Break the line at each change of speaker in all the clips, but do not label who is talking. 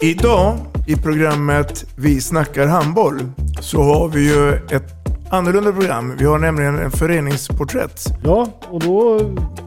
Idag i programmet Vi snackar handboll så har vi ju ett annorlunda program. Vi har nämligen en föreningsporträtt.
Ja, och då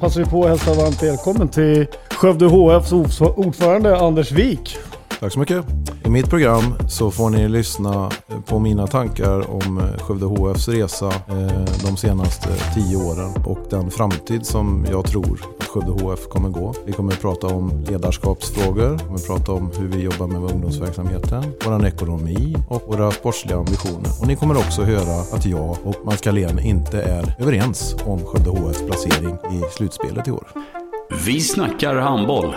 passar vi på att hälsa varmt välkommen till Skövde HFs ordf- ordförande Anders Wik.
Tack så mycket. I mitt program så får ni lyssna på mina tankar om eh, Skövde HFs resa eh, de senaste tio åren och den framtid som jag tror Skövde HF kommer gå. Vi kommer prata om ledarskapsfrågor, vi kommer prata om hur vi jobbar med ungdomsverksamheten, vår ekonomi och våra sportsliga ambitioner. Och ni kommer också höra att jag och Mats Carlén inte är överens om Skövde HFs placering i slutspelet i år.
Vi snackar handboll.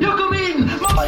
Jag kom in! Mamma,